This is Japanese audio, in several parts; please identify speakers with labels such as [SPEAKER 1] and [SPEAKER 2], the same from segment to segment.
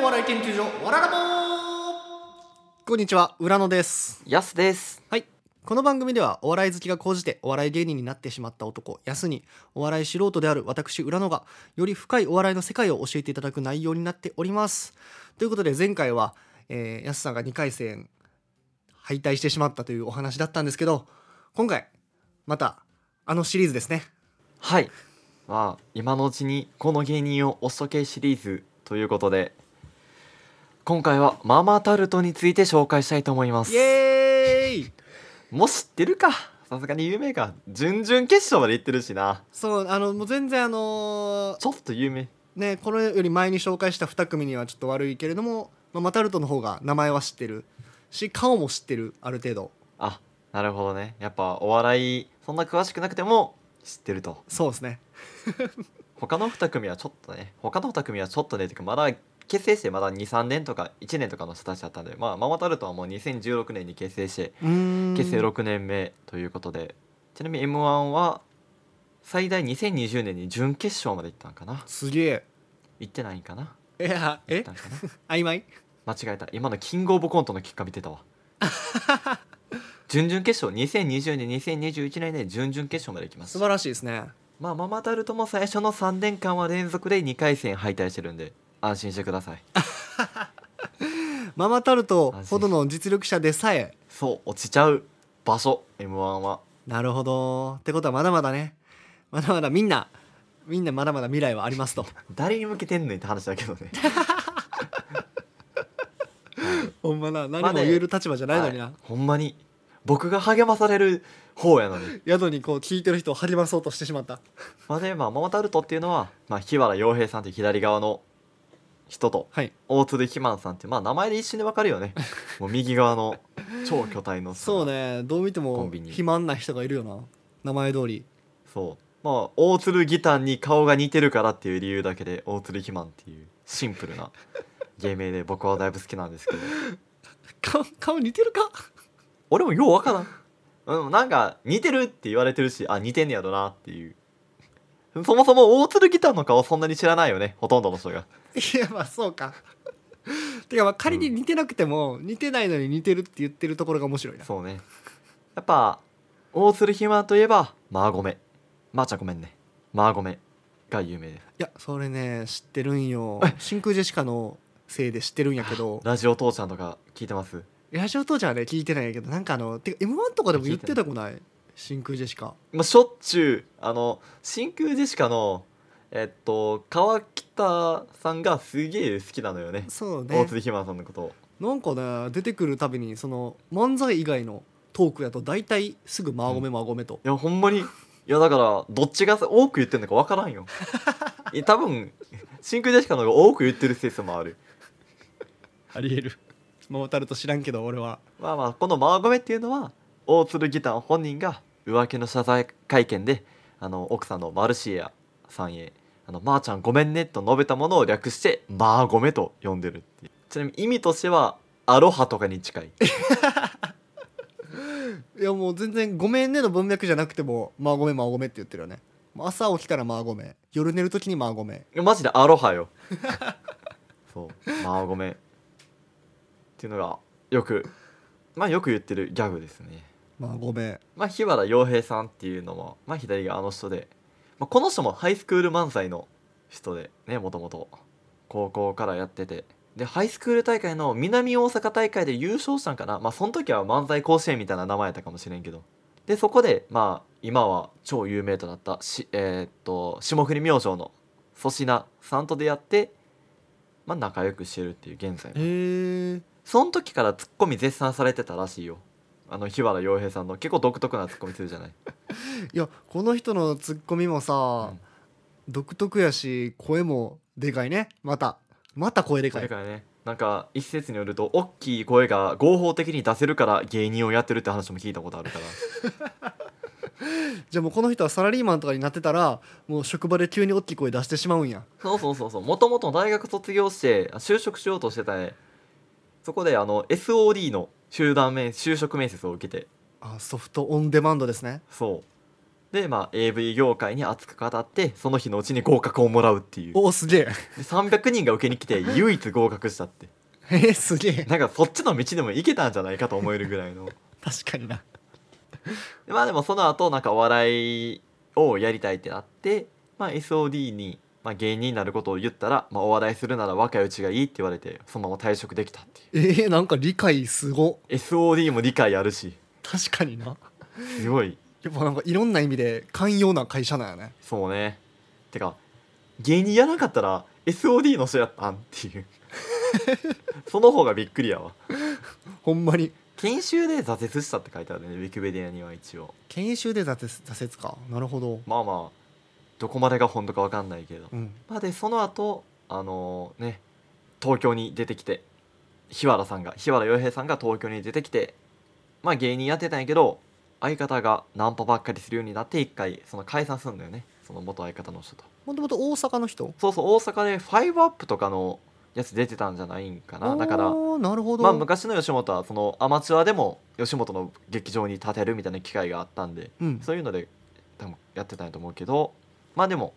[SPEAKER 1] お笑い研究所わららぼーこんにちは浦野です
[SPEAKER 2] やすです。
[SPEAKER 1] はいこの番組ではお笑い好きが高じてお笑い芸人になってしまった男安にお笑い素人である私浦野がより深いお笑いの世界を教えていただく内容になっておりますということで前回は、えー、安さんが2回戦敗退してしまったというお話だったんですけど今回またあのシリーズです ね
[SPEAKER 2] はい。まあ、今のうちにこの芸人をおしとけシリーズということで、今回はママタルトについて紹介したいと思います
[SPEAKER 1] イ。エーイ
[SPEAKER 2] もう知ってるか。さすがに有名か。準々決勝まで行ってるしな。
[SPEAKER 1] そうあのもう全然あのー
[SPEAKER 2] ちょっと有名。
[SPEAKER 1] ね、これより前に紹介した2組にはちょっと悪いけれども、まあ、マタルトの方が名前は知ってるし顔も知ってるある程度
[SPEAKER 2] あ、なるほどね。やっぱお笑い、そんな詳しくなくても知ってると。
[SPEAKER 1] そうですね
[SPEAKER 2] 他の2組はちょっとね、他の2組はちょっとね、てかまだ結成してまだ2、3年とか1年とかの人たちだったんで、まあ、ママタルトはもう2016年に結成して、結成6年目ということでちなみに m 1は最大2020年に準決勝まで行ったんかな
[SPEAKER 1] すげ
[SPEAKER 2] 行ってないんかな
[SPEAKER 1] えいや
[SPEAKER 2] 行っ
[SPEAKER 1] え
[SPEAKER 2] たんかな
[SPEAKER 1] 曖昧
[SPEAKER 2] 間違えた今のキングオブコントの結果見てたわ準々決勝2020年2021年で準々決勝まで行きま
[SPEAKER 1] 素
[SPEAKER 2] す
[SPEAKER 1] 晴らしいですね
[SPEAKER 2] まあママタルトも最初の3年間は連続で2回戦敗退してるんで安心してください
[SPEAKER 1] ママタルトほどの実力者でさえ
[SPEAKER 2] そう落ちちゃう場所 m 1は
[SPEAKER 1] なるほどってことはまだまだねまだまだみんなみんなまだまだ未来はありますと
[SPEAKER 2] 誰に向けてんのにって話だけどね
[SPEAKER 1] ほんまな何も言える立場じゃないのにな、
[SPEAKER 2] はいほんまに僕が励まされる方や のに
[SPEAKER 1] 宿にこう聞いてる人を励まそうとしてしまった
[SPEAKER 2] まあでまあママタルトっていうのは、まあ、日原洋平さんっていう左側の人と
[SPEAKER 1] はい
[SPEAKER 2] 大鶴ひまんさんっていうまあ名前で一瞬でわかる よねもう右側の超巨体の
[SPEAKER 1] そうねどう見て
[SPEAKER 2] コ
[SPEAKER 1] も
[SPEAKER 2] ンビニ
[SPEAKER 1] 肥満な人がいるよな名前通り
[SPEAKER 2] そうまあ大鶴ギターに顔が似てるからっていう理由だけで大鶴ひまんっていうシンプルな芸名で僕はだいぶ好きなんですけど
[SPEAKER 1] 顔顔似てるか
[SPEAKER 2] 俺もようわからん、 うん、なんか似てるって言われてるしあ似てんねやろなっていうそもそも大鶴ギターの顔そんなに知らないよねほとんどの人が
[SPEAKER 1] いやまあそうかてかまあ仮に似てなくても、似てないのに似てるって言ってるところが面白いな
[SPEAKER 2] そうねやっぱ大鶴ひまといえばマーゴメマーちゃんごめんねマーゴメが有名で
[SPEAKER 1] い
[SPEAKER 2] す
[SPEAKER 1] やそれね知ってるんよ真空ジェシカのせいで知ってるんやけ ど
[SPEAKER 2] ラジオ父ちゃんとか聞いてます
[SPEAKER 1] ラジオ父ちゃんはね聞いてないんやけどなんかあのてか m 1とかでも言ってたくない真空ジェシカ
[SPEAKER 2] まあ、しょっちゅうあの真空ジェシカのえっと川北さんがすげえ好きなのよね
[SPEAKER 1] そう
[SPEAKER 2] 大
[SPEAKER 1] ね
[SPEAKER 2] 鶴ひまさんのことを
[SPEAKER 1] なんかね出てくるたびにその漫才以外のトークやと大体すぐ「まあごめまあごめ」と、
[SPEAKER 2] いやほんまにいやだからどっちが多く言ってんのか分からんよえ多分真空ジェシカの方が多く言ってる説もある
[SPEAKER 1] ありえるモータルと知らんけど俺は
[SPEAKER 2] まあまあこの「マーゴメ」っていうのは大鶴ギター本人が浮気の謝罪会見であの奥さんのマルシエアさんへ「あのまー、ちゃんごめんね」と述べたものを略して「マーゴメ」と呼んでるっていうちなみに意味としては「アロハ」とかに近い
[SPEAKER 1] いやもう全然「ごめんね」の文脈じゃなくても「まあごめんまあごめ」って言ってるよねもう朝起きたら「まあごめん」夜寝る時に「まあごめん
[SPEAKER 2] マジで「アロハよ」そう「マーゴメ」っていうのがよくまあよく言ってるギャグですね」
[SPEAKER 1] 「まあごめん
[SPEAKER 2] まあ、日原洋平さんっていうのも、まあ、左があの人で、まあ、この人もハイスクール漫才の人でねもともと高校からやっててでハイスクール大会の南大阪大会で優勝したんかなまあその時は漫才甲子園みたいな名前やったかもしれんけどでそこでまあ今は超有名となったし、えーっと霜降り明星の粗品さんと出会って、まあ、仲良くしてるっていう現在」の
[SPEAKER 1] へえ
[SPEAKER 2] その時からツッコミ絶賛されてたらしいよあの日原洋平さんの結構独特なツッコミするじゃない
[SPEAKER 1] いやこの人のツッコミもさ、
[SPEAKER 2] うん
[SPEAKER 1] 独特やし声もでかいねまたまた声でか
[SPEAKER 2] だ
[SPEAKER 1] い
[SPEAKER 2] からねなんか一説によると大きい声が合法的に出せるから芸人をやってるって話も聞いたことあるから
[SPEAKER 1] じゃあもうこの人はサラリーマンとかになってたらもう職場で急に大きい声出してしまうんや
[SPEAKER 2] そうそうそうそうもともと大学卒業して就職しようとしてたねそこであの SOD の集団面就職面接を受けて
[SPEAKER 1] あソフトオンデマンドですね
[SPEAKER 2] そうで、まあ、AV 業界に熱く語ってその日のうちに合格をもらうっていうで
[SPEAKER 1] おおすげえ
[SPEAKER 2] 300人が受けに来て唯一合格したって
[SPEAKER 1] えー、すげえ
[SPEAKER 2] なんかそっちの道でも行けたんじゃないかと思えるぐらいの
[SPEAKER 1] 確かにな
[SPEAKER 2] でまあでもその後なんかお笑いをやりたいってなって、まあ、SOD に、まあ、芸人になることを言ったら、まあ、お笑いするなら若いうちがいいって言われてそのまま退職できたってい
[SPEAKER 1] えー、なんか理解すご
[SPEAKER 2] う SOD も理解あるし
[SPEAKER 1] 確かにな
[SPEAKER 2] すごい
[SPEAKER 1] やっぱなんかいろんな意味で寛容な会社なんやね
[SPEAKER 2] そうねてか芸人やらなかったら SOD の人やったんっていう その方がびっくりやわ
[SPEAKER 1] ほんまに
[SPEAKER 2] 研修で挫折したって書いてあるねウィキペディアには一応
[SPEAKER 1] 研修で挫折挫折かなるほど
[SPEAKER 2] まあまあどこまでが本当か分かんないけど
[SPEAKER 1] うん
[SPEAKER 2] まあ、でその後あのね東京に出てきて日原さんが日原洋平さんが東京に出てきてまあ芸人やってたんやけど相方がナンパばっかりするようになって一回その解散するんだよねその元相方の人と
[SPEAKER 1] もともと大阪の人
[SPEAKER 2] そうそう大阪で「ファイブアップとかのやつ出てたんじゃないんかなだから
[SPEAKER 1] おーなるほど、
[SPEAKER 2] まあ昔の吉本はそのアマチュアでも吉本の劇場に立てるみたいな機会があったんで
[SPEAKER 1] うん、
[SPEAKER 2] そういうので多分やってたんやと思うけどまあでも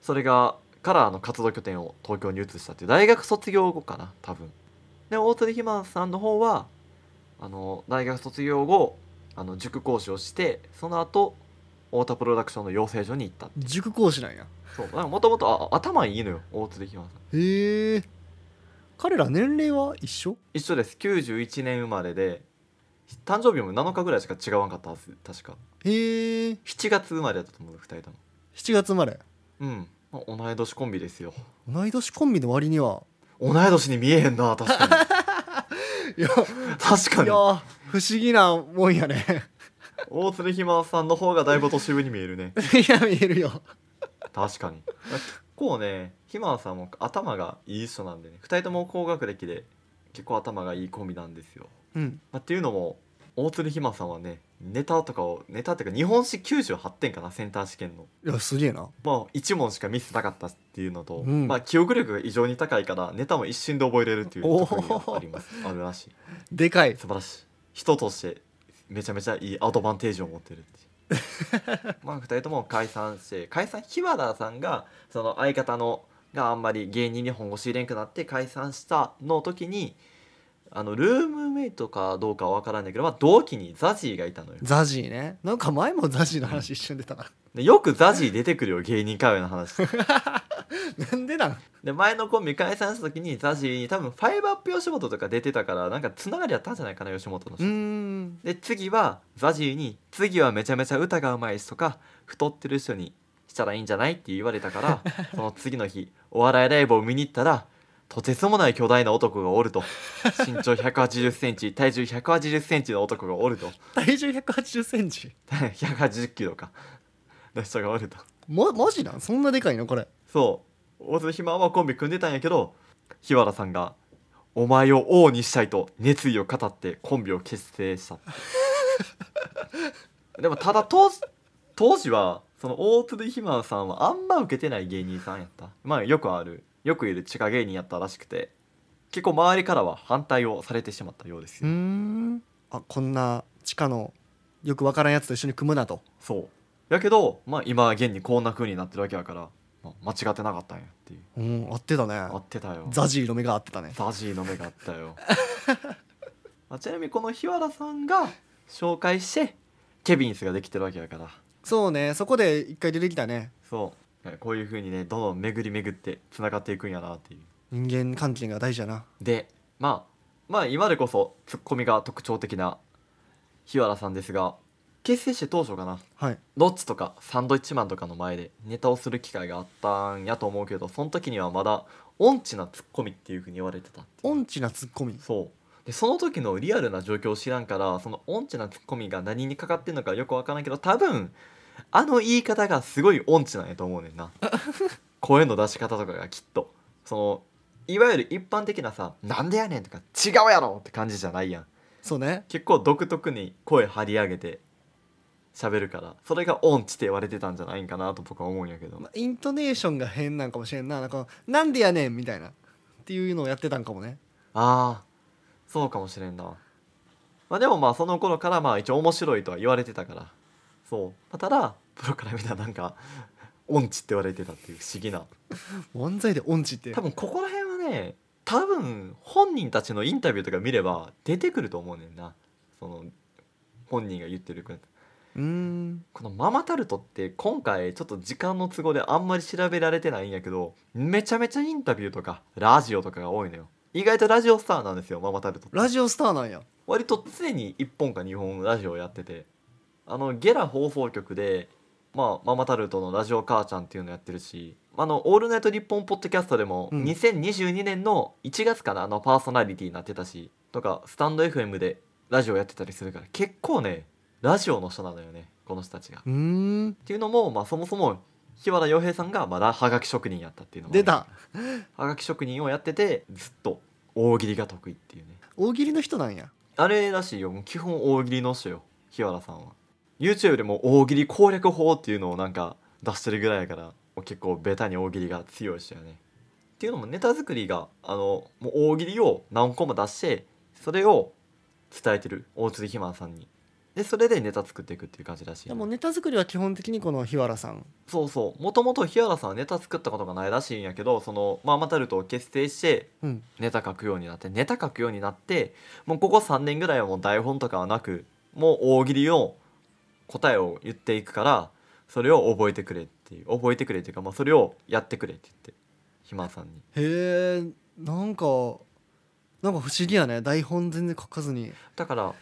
[SPEAKER 2] それがからあの活動拠点を東京に移したっていう大学卒業後かな多分で大鳥ひまさんの方はあの大学卒業後あの塾講師をしてその後太田プロダクションの養成所に行った
[SPEAKER 1] 塾講師なんや
[SPEAKER 2] そうもともと頭いいのよ大鳥ひまさん
[SPEAKER 1] へえ彼ら年齢は一緒
[SPEAKER 2] 一緒です91年生まれで誕生日も7日ぐらいしか違わんかったはず確か
[SPEAKER 1] へえ
[SPEAKER 2] 7月生まれだったと思う2人とも
[SPEAKER 1] 7月生まれ
[SPEAKER 2] うん、まあ、同い年コンビですよ
[SPEAKER 1] 同い年コンビの割には
[SPEAKER 2] 同い年に見えへんな確かに
[SPEAKER 1] いや
[SPEAKER 2] 確か
[SPEAKER 1] い
[SPEAKER 2] に
[SPEAKER 1] や不思議なもんやね
[SPEAKER 2] 大鶴ひまさんの方がだいぶ年上に見えるね
[SPEAKER 1] いや見えるよ
[SPEAKER 2] 確かに結構ねひまさんも頭がいい人なんでね2人とも高学歴で結構頭がいいコンビなんですよ、
[SPEAKER 1] うん
[SPEAKER 2] まあ、っていうのも大鶴ひまさんはねネタとかをネタっていうか日本史98点かなセンター試験の
[SPEAKER 1] いやすげえな
[SPEAKER 2] まあ1問しかミスなかったっていうのと、
[SPEAKER 1] うん
[SPEAKER 2] まあ記憶力が異常に高いからネタも一瞬で覚えれるっていう特技がありますあるらしい
[SPEAKER 1] でかい
[SPEAKER 2] 素晴らしい人としてめちゃめちゃいいアドバンテージを持ってるっていう まあ2人とも解散して解散日原さんがその相方のがあんまり芸人に本腰入れんくなって解散したの時にあのルームメイトかどうかは分からんだけど、まあ、同期にザジーがいたのよ
[SPEAKER 1] ザジーねなんか前もザジーの話一瞬出たな
[SPEAKER 2] でよくザジー出てくるよ芸人会話の話
[SPEAKER 1] なんでなん
[SPEAKER 2] で前のコンビ解散した時にザジーに多分ファイブアップ吉本とか出てたからなんかつながりあったんじゃないかな吉本の人
[SPEAKER 1] うーん
[SPEAKER 2] で次はザジーに「次はめちゃめちゃ歌がうまい人か太ってる人にしたらいいんじゃない?」って言われたからその次の日お笑いライブを見に行ったらとてつもない巨大な男がおると身長1 8 0ンチ体重1 8 0ンチの男がおると
[SPEAKER 1] 体重1 8 0ンチ
[SPEAKER 2] 1 8 0キロかの人がおると
[SPEAKER 1] ま、マジなんそんなでかいのこれ
[SPEAKER 2] そう大津ひまはコンビ組んでたんやけど日原さんが「お前を王にしたい」と熱意を語ってコンビを結成したでもただ当時当時はその大津ひまさんはあんま受けてない芸人さんやったまあよくあるよくいる地下芸人やったらしくて結構周りからは反対をされてしまったようです
[SPEAKER 1] うー
[SPEAKER 2] よ、
[SPEAKER 1] んあこんな地下のよくわからんやつと一緒に組むなと
[SPEAKER 2] そうやけどまあ今現にこんな風になってるわけやから、まあ間違ってなかったんやっていう
[SPEAKER 1] うん合ってたね
[SPEAKER 2] 合ってたよ
[SPEAKER 1] ザジーの目が合ってたね
[SPEAKER 2] ザジーの目があったよ あちなみにこの日原さんが紹介してケビンスができてるわけやから
[SPEAKER 1] そうねそこで一回出てきたね
[SPEAKER 2] そうこういう風にねどんどん巡り巡ってつながっていくんやなっていう
[SPEAKER 1] 人間関係が大事だな
[SPEAKER 2] でまあまあ今でこそツッコミが特徴的な日原さんですが結成して当初かな
[SPEAKER 1] はい
[SPEAKER 2] ロッチとかサンドイッチマンとかの前でネタをする機会があったんやと思うけどその時にはまだ音痴なツッコミっていう風に言われてた
[SPEAKER 1] 音痴なツッコミ
[SPEAKER 2] そうでその時のリアルな状況を知らんからその音痴なツッコミが何にかかってんのかよくわからんけど多分あの言い方がすごい音痴なんやと思うねんな声の出し方とかがきっとそのいわゆる一般的なさ「なんでやねん」とか「違うやろ!」って感じじゃないやん
[SPEAKER 1] そうね
[SPEAKER 2] 結構独特に声張り上げて喋るからそれが音痴って言われてたんじゃないんかなと僕は思うんやけど
[SPEAKER 1] まあイントネーションが変なんかもしれんななんか「なんでやねん」みたいなっていうのをやってたんかもね
[SPEAKER 2] ああそうかもしれんなまあでもまあその頃からまあ一応面白いとは言われてたからそうまあただプロから見たらなんか 音痴って言われてたっていう不思議な
[SPEAKER 1] 漫才で音痴って
[SPEAKER 2] 多分ここら辺はね多分本人たちのインタビューとか見れば出てくると思うねんなその本人が言ってる
[SPEAKER 1] うーん
[SPEAKER 2] このママタルトって今回ちょっと時間の都合であんまり調べられてないんやけどめちゃめちゃインタビューとかラジオとかが多いのよ意外とラジオスターなんですよママタルトって
[SPEAKER 1] ラジオスターなんや
[SPEAKER 2] 割と常に1本か2本ラジオをやっててあのゲラ放送局で、まあ、ママタルトの「ラジオ母ちゃん」っていうのやってるし「あのオールナイトニッポン」ポッドキャストでも
[SPEAKER 1] うん
[SPEAKER 2] 2022年の1月かなあのパーソナリティになってたしとかスタンド FM でラジオやってたりするから結構ねラジオの人なのよねこの人たちが。
[SPEAKER 1] うーん
[SPEAKER 2] っていうのも、まあ、そもそも日原洋平さんがまだはがき職人やったっていうのもね
[SPEAKER 1] 出た
[SPEAKER 2] はがき職人をやっててずっと大喜利が得意っていうね
[SPEAKER 1] 大喜利の人なんや
[SPEAKER 2] あれらしいよもう基本大喜利の人よ日原さんは YouTube でも大喜利攻略法っていうのをなんか出してるぐらいやからもう結構ベタに大喜利が強い人よねっていうのもネタ作りがあのもう大喜利を何個も出してそれを伝えてる大鶴ひまさんにでそれでネタ作っていくっていう感じらしい
[SPEAKER 1] でもネタ作りは基本的にこの日原さん
[SPEAKER 2] そうそうもともと日原さんはネタ作ったことがないらしいんやけどそのママタルトを結成して
[SPEAKER 1] うん
[SPEAKER 2] ネタ書くようになってネタ書くようになってもうここ3年ぐらいはもう台本とかはなくもう大喜利を答えを言っていくからそれを覚えてくれっていう覚えてくれっていうか、まあ、それをやってくれって言ってひまさんに
[SPEAKER 1] へえなんかなんか不思議やね台本全然書かずに
[SPEAKER 2] だから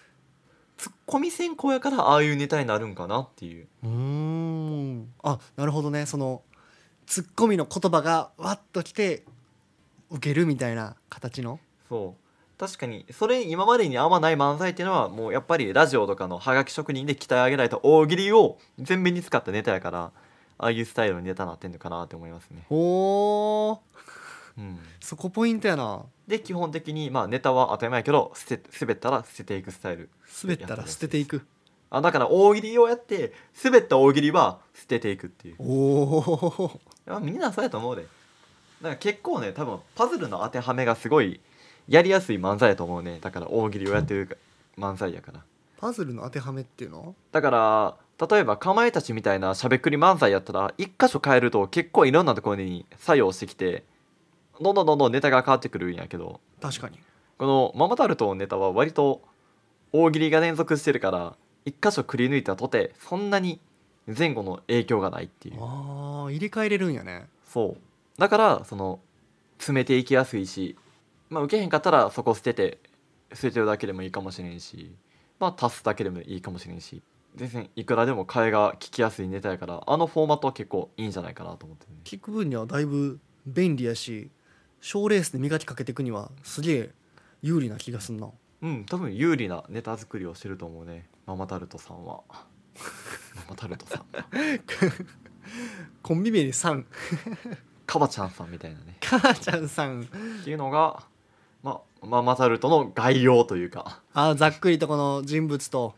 [SPEAKER 2] ツッコミ先行やからああいうネタになるんかなっていう
[SPEAKER 1] うーんあなるほどねそのツッコミの言葉がわっときて受けるみたいな形の
[SPEAKER 2] そう確かにそれ今までにあんまない漫才っていうのはもうやっぱりラジオとかのハガキ職人で鍛え上げられた大喜利を全面に使ったネタやからああいうスタイルのネタになってんのかなって思いますね、
[SPEAKER 1] おー
[SPEAKER 2] うん、
[SPEAKER 1] そこポイントやな
[SPEAKER 2] で基本的にまあネタは当たり前やけど捨て滑ったら捨てていくスタイル
[SPEAKER 1] 滑ったら捨てていく
[SPEAKER 2] あだから大喜利をやって滑った大喜利は捨てていくっていう
[SPEAKER 1] おお
[SPEAKER 2] まあみんなそうやと思うでだから結構ね多分パズルの当てはめがすごいやりやすい漫才やと思うねだから大喜利をやってる漫才やから
[SPEAKER 1] パズルの当てはめっていうの
[SPEAKER 2] だから例えばかまいたちみたいなしゃべくり漫才やったら一箇所変えると結構いろんなところに作用してきてどんどんどんどんネタが変わってくるんやけど
[SPEAKER 1] 確かに
[SPEAKER 2] このママタルトのネタは割と大喜利が連続してるから一箇所くり抜いたとてそんなに前後の影響がないっていう
[SPEAKER 1] あー入れ替えれるんやね
[SPEAKER 2] そうだからその詰めていきやすいしまあ受けへんかったらそこ捨てて捨ててるだけでもいいかもしれんしまあ足すだけでもいいかもしれんし全然いくらでも替えが聞きやすいネタやからあのフォーマットは結構いいんじゃないかなと思ってるね
[SPEAKER 1] 聞く分にはだいぶ便利やし賞ーレースで磨きかけていくにはすげえ有利な気がすんな
[SPEAKER 2] うん多分有利なネタ作りをしてると思うねママタルトさんはママタルトさんは
[SPEAKER 1] コンビ名でさん
[SPEAKER 2] カバちゃんさんみたいなね
[SPEAKER 1] 母ちゃんさん
[SPEAKER 2] っていうのがまあママタルトの概要というか
[SPEAKER 1] あーざっくりとこの人物と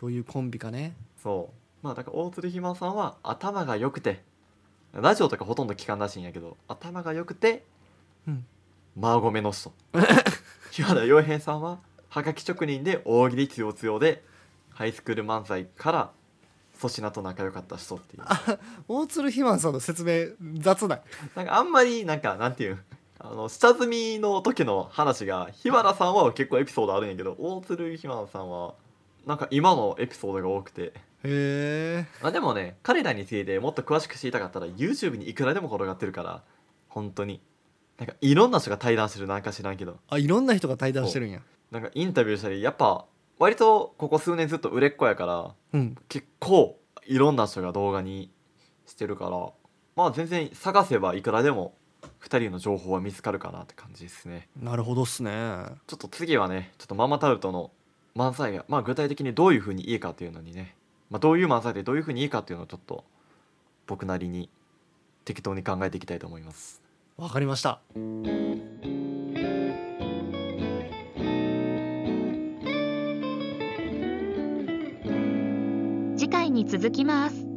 [SPEAKER 1] どういうコンビかね
[SPEAKER 2] そうまあだから大鶴ひまさんは頭が良くてラジオとかほとんど聞かんらしいんやけど頭が良くて、
[SPEAKER 1] うん
[SPEAKER 2] マーゴメの人日原洋平さんははがき職人で大喜利強強でハイスクール漫才から粗品と仲良かった人っていう
[SPEAKER 1] 大鶴ひまさんの説明雑だ
[SPEAKER 2] なんかあんまりなんかなんていうん あの下積みの時の話が日原さんは結構エピソードあるんやけど大鶴ひまさんはなんか今のエピソードが多くて
[SPEAKER 1] へえ
[SPEAKER 2] まあでもね彼らについてもっと詳しく知りたかったら YouTube にいくらでも転がってるから本当になんかいろんな人が対談してるなんか知らんけど
[SPEAKER 1] あいろんな人が対談してるんや
[SPEAKER 2] なんかインタビューしたりやっぱ割とここ数年ずっと売れっ子やから
[SPEAKER 1] うん
[SPEAKER 2] 結構いろんな人が動画にしてるからまあ全然探せばいくらでも2人の情報は見つかるかなって感じですね
[SPEAKER 1] なるほどっすね
[SPEAKER 2] ちょっと次はねちょっとママタルトの漫才がまあ具体的にどういう風にいいかっていうのにね、まあ、どういう漫才でどういう風にいいかっていうのをちょっと僕なりに適当に考えていきたいと思います
[SPEAKER 1] わかりました
[SPEAKER 3] 次回に続きます。